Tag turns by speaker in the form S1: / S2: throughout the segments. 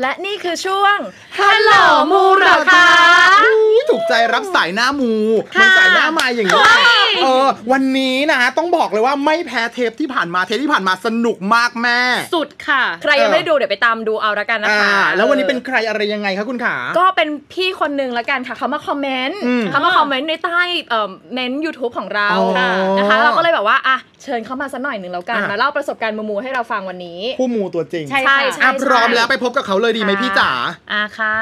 S1: และนี่คือช่วง
S2: Hello มูเหรอคะ
S3: อุ๊ยถูกใจรับสายหน้ามูเหมันสายหน้ามาอย่างนี้เออ วันนี้นะฮะต้องบอกเลยว่าไม่แพ้เทปที่ผ่านมาเทปที่ผ่านมาสนุกมากแม่
S2: สุดค่ะ
S1: ใครยังไม่ได้ดูเดี๋ยวไปตามดูเอาละกันนะ
S3: อ่า
S1: คะ
S3: แล้ววันนี้เป็นใครอะไรยังไงคะคุณขา
S1: ก็เป็นพี่คนหนึ่งละกันค่ะเขามาคอมเมนต์
S3: อืม
S1: เขามาคอมเมนต์ในใต้เอ่อเมนต์ยูทูบของเรา
S3: อ๋อ
S1: ค่ะนะคะเราก็เลยแบบว่าอ่ะเชิญเขามาสักหน่อยหนึ่งแล้วกัน
S3: อ่ะ
S1: มาเล่าประสบการณ์มูๆให้เราฟังวันนี้
S3: ผู้มูตัวจริง
S2: ใช่ ค่ะ
S3: อ่ะพร้อมแล้วไปพบกับเขาเลยดีไหมพี่จ๋า
S2: อ่าค่ะ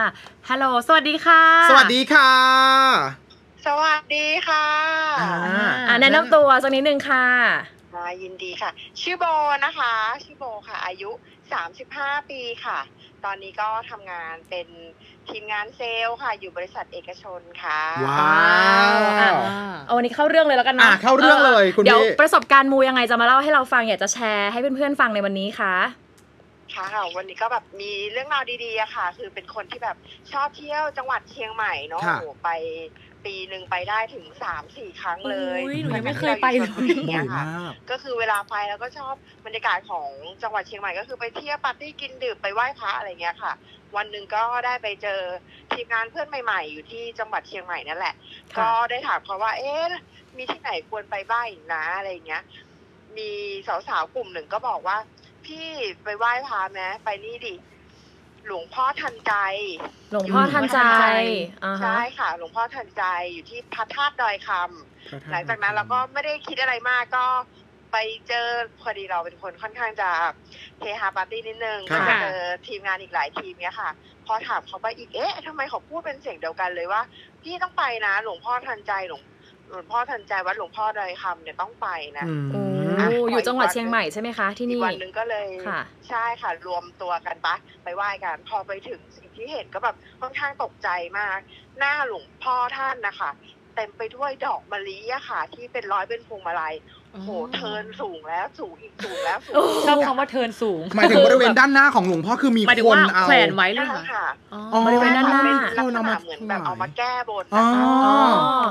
S2: ฮัลโหล สวัสดีค่ะ
S3: สวัสดีค่ะ
S4: สวัสดีค่ะ
S3: อ่า
S1: อ่ะแนะนำตัวสักนิดนึงค่ะ
S4: อ่ายินดีค่ะ ชื่อโบนะคะ ชื่อโบค่ะ อายุ 35 ปีค่ะ ตอนนี้ก็ทำงานเป็นทีมงานเซลล์ค่ะ อยู่บริษัทเอกชนค่ะ
S3: ว้าว
S1: อ่ะ เอาวันนี้เข้าเรื่องเลยแล้วกันเนาะ
S3: อ่ะเข้าเรื่องเลยคุณ
S1: เดี๋ยว
S3: พี่
S1: ประสบการณ์มูยังไงจะมาเล่าให้เราฟังอยากจะแชร์ให้เพื่อนๆฟังในวันนี้ค่ะ
S4: ค่ะ วันนี้ก็แบบมีเรื่องราวดีๆอะค่ะ คือเป็นคนที่แบบชอบเที่ยวจังหวัดเชียงใหม่เนาะ
S3: ค่ะ
S4: โอ้โหไปปีหนึ่งไปได้ถึง 3-4 ครั้งเลย
S2: อุ้ยหนูยังไม่เคยไปเลย
S3: บ่
S4: นี่
S3: อย
S4: ค่ะ
S3: มาก
S4: ก็คือเวลาไปแล้วก็ชอบบรรยากาศของจังหวัดเชียงใหม่ก็คือไปเที่ยวปาร์ตี้กินดื่มไปไหว้พระอะไรเงี้ยค่ะ วันหนึ่งก็ได้ไปเจอทีมงานเพื่อนใหม่ ๆ อยู่ที่จังหวัดเชียงใหม่นั่นแหละ
S1: ค่ะ
S4: ก็ได้ถามเขาว่า เอ๊ะมีที่ไหนควรไปบ้างอีกนะอะไรเงี้ย มีสาวๆกลุ่มหนึ่งก็บอกว่า พี่ไปไหว้พระไหมไปนี่ดิหลวงพ่อทันใจ
S1: หลวงพ่อท่านใจอ่าฮะ
S4: ใช่ค่ะ หลวงพ่อทันใจอยู่ที่พระธาตุดอยคำ หลังจากนั้นเราก็ไม่ได้คิดอะไรมากก็ไปเจอพอดีเราเป็นคนค่อนข้างจะเฮฮาปาร์ตี้นิดนึง
S3: ค่ะ
S4: ก็เจอทีมงานอีกหลายทีมเนี้ยค่ะ พอถามเขาไปอีกเอ๊ะทำไมเขาพูดเป็นเสียงเดียวกันเลยว่า พี่ต้องไปนะ หลวงพ่อทันใจหลวงหลวงพ่อทันใจวัดหลวงพ่อดอยคำเนี่ยต้องไปนะ
S3: อืม
S1: โอ้อยู่จังหวัดเชียงใหม่ใช่ไหมคะที่
S4: อี
S1: นี่
S4: กวันหนึ่งก็เลย
S1: ค่ะ
S4: ใช่ค่ะ รวมตัวกันปะไปไหว้กัน พอไปถึงสิ่งที่เห็นก็แบบค่อนข้างตกใจมาก หน้าหลวงพ่อท่านนะคะ เต็มไปด้วยดอกมะลิอะค่ะ ที่เป็นร้อยเป็นพวงมาลัยโอ้โหเทินสูงแล้วสูงอีกสูงแล้วสูงอีก
S2: ชอบคำว่าเทินสูง
S3: หมายถึงบริเวณด้านหน้าของหลวงพ่อคือมี
S2: หมายถึง
S3: คน
S2: ว่า
S3: เอา
S2: แขวนไว้เลย
S4: นั่นแหละ
S2: ค่ะ
S4: ค่ะ
S2: อ๋อ
S1: ไม่ได้ไปด้านหน้า
S4: เป็นลักษ
S3: เอามา
S4: ณะเหมือนแบบเอามาแก้บน
S3: อ๋อ
S4: นะคะ
S1: อ๋อ
S2: อ๋อ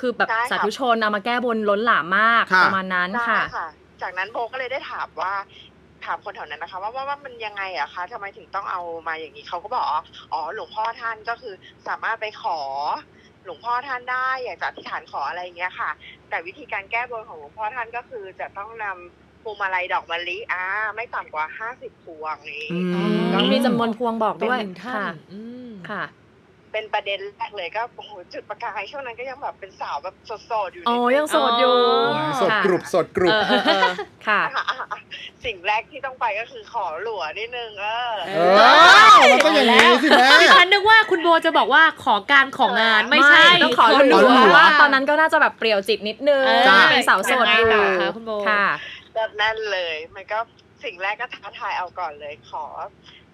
S1: คือแบบ
S4: ใช่ค่ะ
S1: สาธุชนเอามาแก้บนล้นหลามมาก
S3: ค่ะ
S1: ประมาณนั้น
S4: ได้
S1: ค่ะ
S4: ค่ะ จากนั้นโบก็เลยได้ถามว่าถามคนแถวนั้นนะคะ ว่าว่าว่ามันยังไงอะคะทำไมถึงต้องเอามาอย่างนี้เขาก็บอกว่าอ๋อหลวงพ่อท่านก็คือสามารถไปขอ หลวงพ่อท่านได้อยากจะอธิษฐานขออะไรอย่างเงี้ยค่ะ แต่วิธีการแก้บนของหลวงพ่อท่านก็คือจะต้องนำพวงมาลัยดอกมะลิอ่าไม่ต่ำกว่าห้าสิบพวงนี้
S3: อืม
S2: อ๋อ
S1: มีจำนวนพวงบอก
S2: เป็น
S1: ด้วย
S2: หนึ่งท่า
S1: ค่ะ
S2: นอืม
S1: ค่ะ
S4: เป็นประเด็นแรกเลยก็โอ้โหจุดประกายช่วงนั้นก็ยังแบบเป็นสาวแบบโสดๆอยู่นิด
S1: โอ้
S4: นึ
S1: ยังโสดอยู่
S2: อ๋อ
S3: สด
S1: ค่ะ
S3: กรุบสดกรุบ
S1: เออเออเออค่ะ
S4: อ่ะอ่ะอ่ะสิ่งแรกที่ต้องไปก็คือขอหลัวนิดนึงเออ
S3: เออมันต้องอย่างนี้สิแม่
S2: ดิฉันนึกว่าคุณโบจะบอกว่าของการของงานไม่ใช่
S1: ต้องขอห
S3: ข
S1: ลั
S3: อ
S1: ว
S3: หลัว
S1: เพราะว่าตอนนั้นก็น่าจะแบบเปรี่ยวจิตนิดนึง
S2: เออ
S3: จ้ะ
S1: เป็นสาวโสดอยู่
S2: ยังไงต่คะคุณโบ
S1: ค่ะ
S4: ก็นั่นเลย มันก็สิ่งแรกก็ท้าทายเอาก่อนเลย ขอ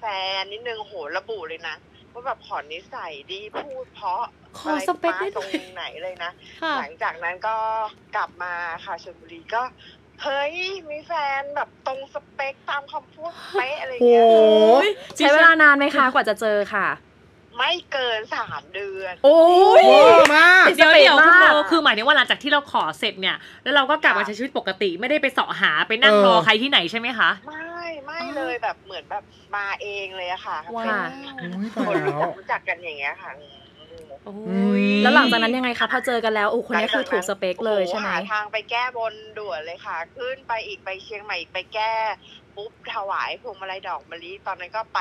S4: แฟนนิดนึงโหระบุเลยนะว่าแบบขอนิสัยดีพูดเพราะ
S2: ขอสเปคได้
S4: ต
S2: ด้
S4: ร
S2: วย
S4: งไหนเลยนะ
S2: ค่ะ
S4: หลังจากนั้นก็กลับมาค่ะชลบุรีก็ เฮ้ย มีแฟนแบบตรงสเปคตามคำพูดเป๊ะอะไร
S3: โอ้
S4: เงี้
S3: ย
S4: ย
S1: ใช้เวลานานไหมคะกว่าจะเจอค่ะ
S4: ไม่เกินสามเดือน
S1: โอ้ย
S3: โอ้มาก
S2: เดี๋ยว
S1: สเปค
S2: เดี๋ยวคุณโบ
S1: มาก
S2: คือหมายถึงว่าหลังจากที่เราขอเสร็จเนี่ย แล้วเราก็กลับมาใช้ชีวิตปกติไม่ได้ไปเสาะหาไปนั่ง
S3: เออ
S2: รอใครที่ไหนใช่ไหมคะ
S4: ไม่ไม่เลยแบบเหมือนแบบมาเองเลยอะค่ะ
S2: ว้าว
S4: เป็น
S3: โอ้ยตาย
S4: คน
S3: แล้ว
S4: รู้จักกันอย่างเงี้ยค่ะ
S2: โอ้
S3: ย
S1: แล้วหลังจากนั้นยังไงคะพอเจอกันแล้วโอ้คนนี้คือถูกสเปคเลยใช่ไหม
S4: โอ้โาทางไปแก้บนด่วนเลยค่ะ ขึ้นไปอีกไปเชียงใหม่อีกไปแก้ปุ๊บถวายพวงมาลัยดอกมะลิตอนนั้นก็ไป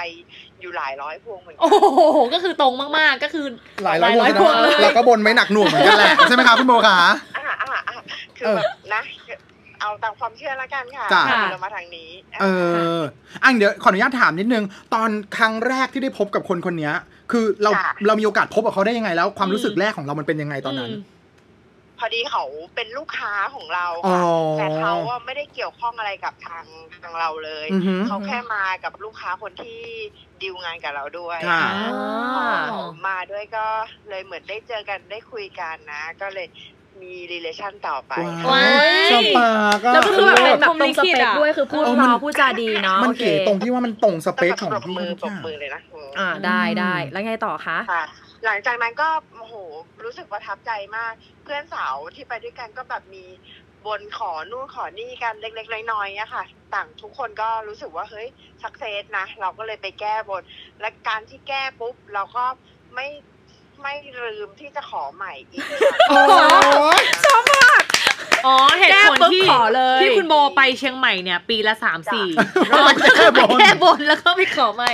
S4: อยู่หลายร้อยพวงเหมือนกั
S2: โอ้โหก็คือตรงมากๆก็คือ
S3: หลายร้อย
S2: หลายร้อย
S3: พวง
S2: พวงเลย
S3: เราก็บนไม้หนักหน่วงเหมือนกันแหละใช่ไหมครับคุณโบขา
S4: อ่ะอ่ะอ่ะคือ
S3: เออ
S4: แบบนะ เอาตามความเชื่อละกันค่ะ
S3: จ้ะ
S4: เรามาทางนี้
S3: เอออังเดี๋ยวขออนุญาตถามนิดนึง ตอนครั้งแรกที่ได้พบกับคนคนนี้คือเราเรามีโอกาสพบกับเขาได้ยังไงแล้ว ความรู้สึกแรกของเรามันเป็นยังไงตอนนั้น
S2: ม
S4: พอดีเขาเป็นลูกค้าของเรา
S3: อ๋อ
S4: ค่ะแต่เขาว่าไม่ได้เกี่ยวข้องอะไรกับทางทางเราเลย
S3: อือฮึ
S4: เขาแค่มากับลูกค้าคนที่ดีลงานกับเราด้วย
S3: ค่ะ
S2: อ๋อ
S4: พอมาด้วยก็เลยเหมือนได้เจอกันได้คุยกันนะ ก็เลยมี relation ต่อไปค่ะ
S2: ว้า
S3: ว้าย ยชอบปากอะ
S1: แล้วก็คือแบบเป็นแบบ
S2: พรหม
S1: ตร
S2: ลิ
S1: งส
S2: ขิต
S1: เปค
S2: อะ
S1: ด้วยคือพูด
S3: เออ
S1: เพ
S3: มัน
S1: ราะพูดจาดีเนาะ
S3: มัน
S1: โอเค
S3: เก๋ตรงที่ว่ามันตรงสเปคของ
S4: ปรบ
S3: พี่
S4: มือป
S3: ทุ
S4: ร
S3: ก
S4: บ
S3: ย่าง
S4: มือเลยนะอืม
S1: อ่าได้ได้
S3: อืม
S1: แล้วไงต่อคะ
S4: ค่ะ หลังจากนั้นก็โอ้โหรู้สึกประทับใจมาก เพื่อนสาวที่ไปด้วยกันก็แบบมี บนขอนู่นขอนี่กันเล็กๆน้อยๆอะค่ะ ต่างทุกคนก็รู้สึกว่าเฮ้ยสักเซสนะ เราก็เลยไปแก้บน และการที่แก้ปุ๊บ เราก็ไม่ไม่ลืมที่จะขอใหม่อีกค่ะ
S3: โอ้ย
S2: อ๋อเหตุผล
S1: แก้ปุ๊บ
S2: ที่
S1: ขอเลย
S2: ที่คุณโบไปเชียงใหม่เนี่ย ปีละสามสี่ร
S3: จ้ะ
S2: อบ
S3: แก้บน
S2: แก้บนแล้วก็ไปขอใหม่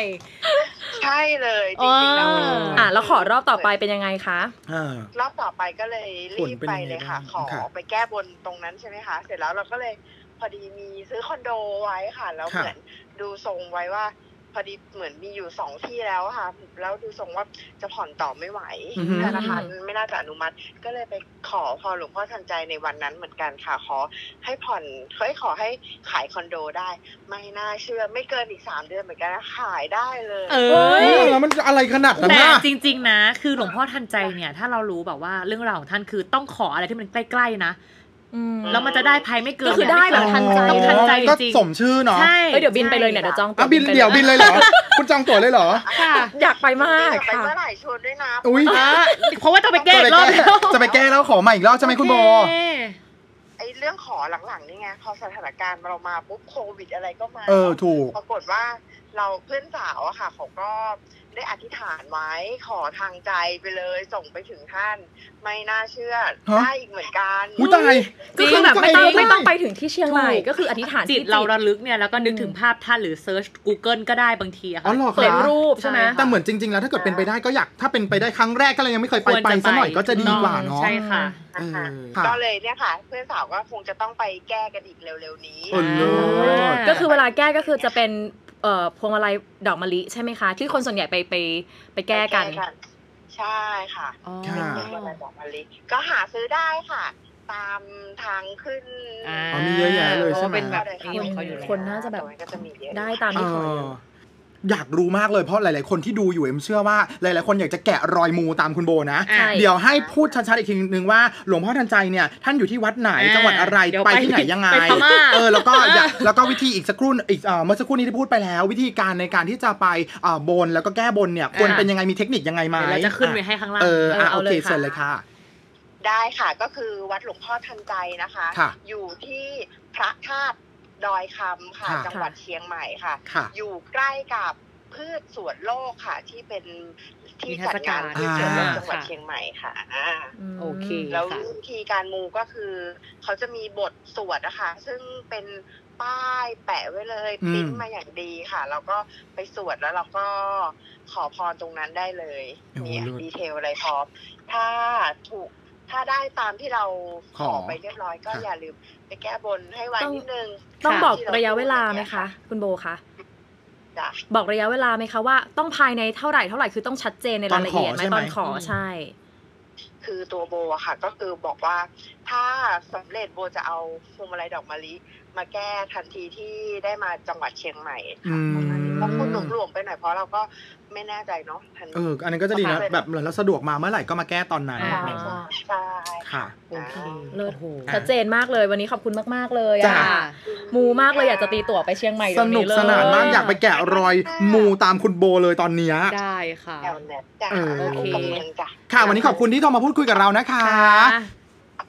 S4: ใช่เลยจริงๆแล้ว
S2: อ๋อ
S1: อ่ะแล้วขอรอบต่อไปเป็นยังไงคะ
S3: อ่า
S4: รอบต่อไปก็เลยรีบไปเลยค่ะ
S3: ผ
S4: ข
S3: ล
S4: อ
S3: เป็นยังไงบ้างค่ะ
S4: ไปแก้บนตรงนั้นใช่ไหมคะ เสร็จแล้วเราก็เลยพอดีมีซื้อคอนโดไว้ค่ะ แล้ว
S3: ค่ะ
S4: เหมือนดูทรงไว้ว่า พอดีเหมือนมีอยู่สองที่แล้วอะค่ะ แล้วดูทรงว่าจะผ่อนต่อไม่ไหว
S3: อือหือ
S4: ธนาคารไม่น่าจะอนุมัติ ก็เลยไปขอพอหลวงพ่อทันใจในวันนั้นเหมือนกันค่ะขอให้ผ่อนเฮ้ยขอให้ขายคอนโดได้ ไม่น่าเชื่อไม่เกินอีกสามเดือนเหมือนกันนะขายได้เลย
S2: เอ
S3: เอ
S2: อ
S3: อมันอะไรขนาดนั้น
S2: แต่
S3: นะ
S2: จริง ๆ นะ คือหลวงพ่อทันใจเนี่ย ถ้าเรารู้แบบว่าเรื่องราวของท่านคือต้องขออะไรที่มันใกล้ ๆ นะ
S1: อืม
S2: แล้วมันจะได้ภายไม่เกิน
S1: ก็คือได้แบบทันใจ
S2: ต้องทันใจจ
S3: ก็
S2: ริง
S3: สมชื่อเนาะ
S2: ใช่
S1: เอ้ยเดี๋ยวบินไปเลยเนี่ยเดี๋ยวจองตั๋
S3: อ่ะ
S1: ว
S3: บินเดี๋ยวบินเลยเหรอ คุณจองตั๋วเลยเหรอ
S2: ค่ะ
S1: อยากไปมาก
S4: ไป
S1: ค่ะ
S4: เมื่อไหร่ชวนด้วยนะ
S3: อุ๊ย
S2: อ่ะเพราะว่าต้องไปแก้อีกรอบแล้ว
S3: จะไปแก้แล้วขอใหม่อีกรอบใช่ไหมคุณโบ
S2: อเ
S4: ไอ้เรื่องขอหลังๆนี่ไงพอสถานการณ์เรามาปุ๊บโควิดอะไรก็มา
S3: เออถูก
S4: ปรากฏว่าเราเพื่อนสาวอะค่ะเขาก็ได้อธิษฐานไว้ขอทางใจไปเลยส่งไปถึงท่าน ไม่น่าเชื่อ
S3: ฮะ
S4: ได้อีกเหมือนกัน
S3: อุ้ยตาย
S1: ก็คือแบบไม่ต้อง
S3: จริง
S1: ไม่ต้องไปถึงที่เชียงใหม่
S2: ถูก
S1: ก็คืออธิษฐาน
S2: จิ
S1: ที่
S2: ตเราระลึกเนี่ย แล้วก็นึกถึงภาพท่านหรือเซิร์ช Google ก็ได้บางทีอะ
S3: อ๋อเหรอ
S2: ค่ะ
S1: เปิด
S3: คะ
S1: รูปใช่ไหม
S2: ใช่
S3: แต่
S2: ค่ะ
S3: เหมือนจริง ๆ แล้วถ้าเกิดเป็นไปได้ก็อยากถ้าเป็นไปได้ครั้งแรกก็เลยยังไม่เคยไป
S2: ควร
S3: ไป
S2: จะ
S3: ซะหน่อยก็จะดีกว่า
S2: ถู
S3: เนาะ
S2: ต้องใช่ค่ะ
S4: นะคะ
S3: เออค่ะ
S4: ก็เลยเนี่ยค่ะ เพื่อนสาวก็คงจะต้องไปแก้กันอีกเร็วๆนี้
S3: เออเลิศ
S1: ก็คือเวลาแก้ก็คือจะเป็นเอ่อพวงมาลัยดอกมะลิใช่ไหมคะ ที่คนส่วนใหญ่ไปไปไปแก้กัน
S4: ใช่ค่ะ
S2: อ๋อ
S3: ค่ะ
S4: เป็นเวลาดอกมะลิก็หาซื้อได้ค่ะ ตามทางขึ้น
S2: อ่า
S3: อ๋อมีเยอะแยะเลยใช่ไหม
S2: เป็นแบบนี้ของเขาอยู่แล้ว
S1: คนน่าจะแบบได้ตาม
S3: เอ
S1: ที่เขา
S3: ออยากรู้มากเลยเพราะหลาย ๆ คนที่ดูอยู่เอ็มเชื่อว่าหลาย ๆ คนอยากจะแกะรอยมูตามคุณโบนะ
S2: อ่ะ
S1: ใช่
S3: เดี๋ยวให้พูดชัด ๆ อีกทีนึงว่าหลวงพ่อทันใจเนี่ยท่านอยู่ที่วัดไหน
S2: อ่า
S3: จังหวัดอะไร
S2: เดี๋ยว
S3: ไป
S2: ไป
S3: ที่ไหนยังไง
S2: ไปพม่า
S3: เออแล้วก็อย่าแล้วก็วิธีอีกสักครู่อีกเอ่อเมื่อสักครู่นี้ที่พูดไปแล้ว วิธีการในการที่จะไปอ่าบนแล้วก็แก้บนเนี่ยควรเป็นยังไงมีเทคนิคยังไงไหม
S2: เดี๋ยวเราจะขึ้นไว้ให้ข้างล่าง
S3: เอออ่ะ
S1: เออเอา
S3: โอเค
S1: เลยค่ะ
S3: เชิญเลยค่ะ
S4: ได้ค่ะก็คือวัดหลวงพ่อทันใจนะคะ
S3: ค่ะ
S4: อยู่ที่พระธาตุดอยคำค่ะ
S3: ค่ะ
S4: จังหวัดเชียงใหม่ค่ะ
S3: ค่ะ
S4: อยู่ใกล้กับพืชสวนโลกค่ะ ที่เป็นที่จัดงาน
S2: นิท
S4: พื
S2: รรศการ
S4: ชสวนโลก
S2: อ่า
S4: จังหวัด
S2: ค่ะ
S4: เชียงใหม่ค่ะอ่า
S1: ม
S2: โอเค
S4: แล้ว
S2: ค่ะ
S4: วิธีการมูก็คือ เขาจะมีบทสวดนะคะซึ่งเป็นป้ายแปะไว้เลย
S3: อืม
S4: ปริ้นมาอย่างดีค่ะ แล้วก็ไปสวดแล้วเราก็ขอพรตรงนั้นได้เลยมีดีเทลอะไรพร้อมถ้าถูกถ้าได้ตามที่เราขอไปเรียบร้อยก็อย่าลืมไปแก้บนให้ไว
S1: ต้อง
S4: นิดนึง
S1: ต้อง
S2: ค่ะ
S1: บอกระยะเวลาไหมคะ คุณโบคะ
S4: จ้ะ
S1: บอกระยะเวลาไหมคะว่าต้องภายในเท่าไหร่เท่าไหร่คือต้องชัดเจนในรายละเอียดไหม
S3: ต
S1: ต
S3: อ
S1: อน น
S3: ข
S1: ข
S3: อ
S1: อ
S3: ใช่
S1: ใช่
S3: ไหม
S4: คือตัวโบอะค่ะ ก็คือบอกว่าถ้าสำเร็จโบจะเอาพวงมาลัยดอกมะลิมาแก้ทันทีที่ได้มาจังหวัดเชียงใหม่
S3: อืม
S4: ต้องพูดหลวมๆไปหน่อยเพราะเราก็ไม่แน่ใจเนาะทัน
S3: เอออันนั้นก็จะดีนะแบบเหมือนเราสะดวกมาเมื่อไหร่ก็มาแก้ตอนนั้น
S2: อ่า
S4: ใช่
S3: ค่ะ
S2: โอเค
S1: เลิศ
S2: โอ้โห
S1: ชัดเจนมากเลยวันนี้ขอบคุณมากๆเลย
S3: จ้ะ
S1: อะมูมากเลยอยากจะตีตั๋วไปเชียงใหม่
S3: ส
S1: เดี๋ยว
S3: นุก
S1: นี้เลย
S3: สนานมากอยากไปแกะรอยมูตามคุณโบเลยตอนเนี้ย
S2: ได้ค่ะ
S4: แอลเน็ตจ้ะ
S3: เออ
S4: โอเคกำลังจ้ะ
S3: ค่ะ วันนี้ขอบคุณที่โทรมาพูดคุยกับเรานะคะ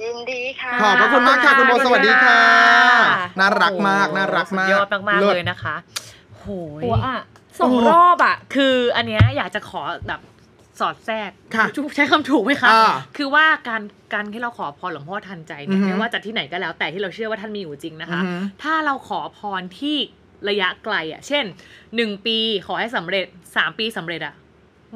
S4: ยินดีค่ะ
S3: ขอบพระคุณมากค่ะ คุณโบสวัสดีค่ะ
S1: ค่ะ
S3: น่ารักมาก
S2: โอ้โห
S3: น่ารักมาก
S2: สุดยอดมาก
S3: ศ
S2: ๆเลยนะคะโหย
S1: หัวอะสองรอบอะ
S2: คืออันเนี้ยอยากจะขอแบบสอดแทรก
S3: ค่ะ
S2: ใช้คำถูกไหมคะ
S3: อ่า
S2: คือว่าการการที่เราขอพรหลวงพ่อทันใจ
S3: อื
S2: เนี่ย
S3: อฮึ
S2: ไม่ว่าจากที่ไหนก็แล้วแต่ที่เราเชื่อว่าท่านมีอยู่จริงนะ
S3: อื
S2: คะ
S3: อหือ
S2: ถ้าเราขอพรที่ระยะไกลอ่ะ เช่น 1 ปีขอให้สำเร็จ 3 ปีสำเร็จอ่ะ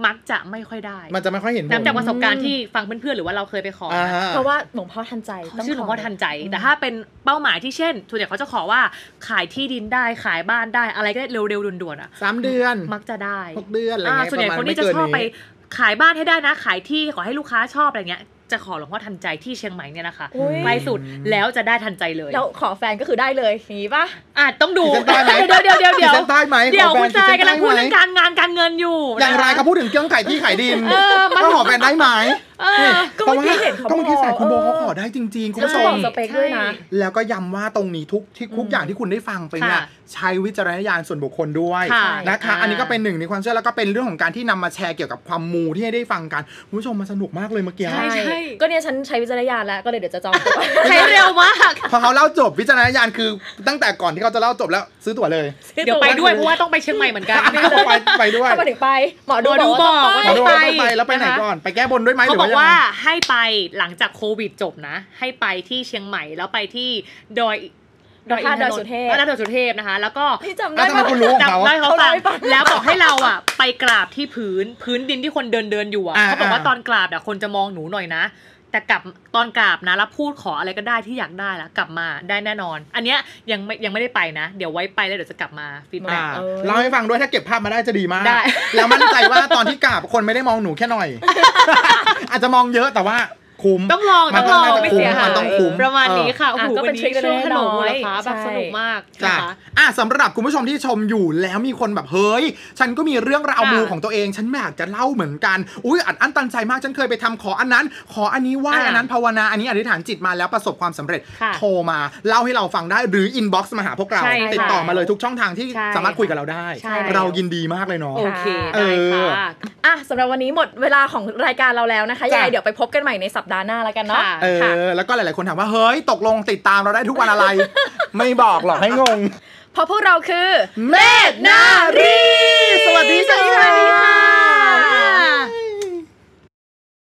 S2: มักจะไม่ค่อยได้
S3: มันจะไม่ค่อยเห็นผล
S2: นับจากประสบการณ์ที่ฟังเพื่อนๆหรือว่าเราเคยไปขอ
S3: อ่า
S2: นะ
S3: ฮะ
S1: เพราะว่าหลวงพ่อทันใจต้
S2: ชื่อหลวง
S1: ข
S2: พ่อทันใจ
S1: อืม
S2: แต่ถ้าเป็นเป้าหมายที่เช่นส่วนใหญ่เขาจะขอว่าขายที่ดินได้ขายบ้านได้อะไรก็ได้เร็วๆด่วนๆอ่ะ
S3: สามเดือน
S2: มักจะได้
S3: หกเดือนอะไรเงี้ย
S2: าส่วนใหญ่
S3: ประ
S2: ค
S3: มาณ
S2: นที่จะชอบไป
S3: ม่เกินนี้
S2: ขายบ้านให้ได้นะ ขายที่ขอให้ลูกค้าชอบอะไรเงี้ยจะขอหลวงพ่อทันใจที่เชียงใหม่เนี่ยนะคะ
S1: อุ๊ย
S2: ไปสุดแล้วจะได้ทันใจเลย
S1: แล้วขอแฟนก็คือได้เลยอย่างนี้ป่ะ
S2: อ่ะต้องดู
S3: ขีดเส้นใต้ไหม
S2: เดี๋ยวเดี๋ยวเดี๋ยว
S3: ขี
S2: เดี๋ยว
S3: ส้นใต้ไหม
S2: เดี๋ยว
S3: ขอแฟน
S2: คุณจายกำลังพูด
S3: ขี
S2: เรื่
S3: ส้นใต้ไห
S2: อง
S3: ม
S2: การงานการเงินอยู่
S3: อย่างไร
S2: นะคะ
S3: เขาพูดถึงเครื่องไก่ที่ขายดิน
S2: เออมัน
S3: ก็ขอแฟนได้ไหม
S2: เออ
S1: ก็เมื่อกี้เห็นเขา
S3: ก็เมื่อกี้สายคุณโบ
S1: ออ
S3: เขาขอได้จริงๆ คุณ
S1: แล้ว
S3: ผู้ช
S1: เขาบอ
S3: ม
S1: กสเปคด้วยนะ
S3: แล้วก็ย้ำว่าตรงนี้ทุกที่ทุก
S1: อืม
S3: อย่างที่คุณได้ฟังไปเนี่ย
S2: ค่ะ
S3: ใช้วิจารณญาณส่วนบุคคลด้วย
S2: ค่ะ
S3: นะคะ อันนี้ก็เป็นหนึ่งในความเชื่อแล้วก็เป็นเรื่องของการที่นำมาแชร์เกี่ยวกับความมูที่ให้ได้ฟังกันคุณผู้ชมมันสนุกมากเลยเมื่อกี้
S2: ใช่ใช่
S1: ก็เนี่ยฉันใช้วิจารณญาณแล้ว ก็เลยเดี๋ยวจะจองตัว
S2: ใช้เร็วมาก
S3: พอเขาเล่าจบวิจารณญาณคือตั้งแต่ก่อนที่เขาจะเล่าจบแล้วซื้อตั๋วเลย
S2: เดี๋ยวไปด้วยเพราะว่าต้องไปเชียงใหม่เหมือนกัน
S3: ไปไปด้วย
S1: เข้ามาถึงไป หมอดู
S2: หมอดู
S1: ว่าต้ง
S2: บอก
S1: ไป
S3: มาดูว่าต้อง
S2: ว่าไป
S3: ไปแล้วไปไหน
S2: นะคะ
S3: ก่อนไปแก้บนด้วยไหมห
S2: เขา
S3: รื
S2: บอกว่า
S3: ยังไง
S2: ให้ไปหลังจากโควิดจบนะ ให้ไปที่เชียงใหม่แล้วไปที่ดอย
S1: พระธาตุดอย
S2: นน
S1: สุ
S2: ท์
S1: เทพ
S2: พระธาตุดอยสุเทพนะคะ แล้วก็
S1: พี่จำได้
S3: แล้วทำไม
S1: ว่า
S3: คุณรู้ ของเขา
S2: จำได้เขา
S1: เขา
S2: ฟัง
S1: เล่าให้ฟัง
S2: แล้วบอกให้เราอ่ะ ไปกราบที่พื้นพื้นดินที่คนเดินเดินอยู่อ่ะ
S3: อ่า
S2: เขาบอกว่า
S3: อ่า
S2: ตอนกราบอ่ะคนจะมองหนูหน่อยนะ แต่กลับตอนกราบนะแล้วพูดขออะไรก็ได้ที่อยากได้ละกลับมาได้แน่นอน อันเนี้ยยังไม่ยังไม่ได้ไปนะ เดี๋ยวไว้ไปแล้วเดี๋ยวจะกลับมาฟีดแบ็
S3: อ่าก
S1: เออ
S3: เล่าให้ฟังด้วยถ้าเก็บภาพมาได้จะดีมาก
S2: ได้
S3: แล้วมั่นใจว่าตอนที่กราบคนไม่ได้มองหนูแค่หน่อย อาจจะมองเยอะแต่ว่าคุ้ม
S2: ต้องลอง
S3: มั
S2: ต้
S3: น
S2: อง
S3: ต้
S2: ล
S3: อง
S2: อง
S3: น่าจะ
S2: ไม่
S3: คุ้
S2: เสี
S3: ม
S2: ย
S3: มั
S2: หาน ย
S3: ต้องคุ้ม
S2: ประมาณนี้
S3: เออ
S2: ค่ะโอ้โห
S1: อ่ะก็
S2: วั
S1: เป็น น
S2: นี้
S1: ทริคเล็
S2: ช่
S1: ก
S2: วง
S1: ๆ
S2: ขนมมูล
S1: น้อยๆ
S2: ค้าแบบ
S1: ใช่
S2: สนุกมาก
S3: จ้ะ
S2: นะคะ
S3: อ่ะสำหรับคุณผู้ชมที่ชมอยู่แล้วมีคนแบบเฮ้ย ฉันก็มีเรื่องราว
S2: ค่ะ
S3: มูของตัวเอง ฉันอยากจะเล่าเหมือนกันอุ้ยอัดอั้นตันใจมากฉันเคยไปทำขออันนั้น ขออันนี้ไหว
S2: อ่ะ
S3: อันนั้นภาวนาอันนี้อธิษฐานจิตมาแล้วประสบความสำเร็จ
S2: ค่ะ
S3: โทรมาเล่าให้เราฟังได้หรืออินบ็อกซ์มาหาพวกเรา
S2: ใช่
S3: ติด
S2: ค่ะ
S3: ต่อมาเลยทุกช่องทางที่
S2: ใช่
S3: สามารถคุยกับเราได้
S2: ใช่
S3: เรายินดีมากเลยเนาะ
S2: โอเค
S3: เอ
S2: ได้
S3: อ
S2: ค่ะ
S1: อ่ะสำหรับวันนี้หมดเวลาของรายการเราแล้วนะคะยังไง
S3: จ้ะ
S1: เดี๋ยวไปพบกันใหม่ในสัปดาห์หน้าแล้วกันเนาะ
S2: ค่ะ
S3: เออแล้วก็หลายๆคนถามว่าเฮ้ยตกลงติดตามเราได้ทุ กวันอะไร ไม่บอกหรอกให้งง
S1: เพราะพวกเราคือ
S3: เมธนารี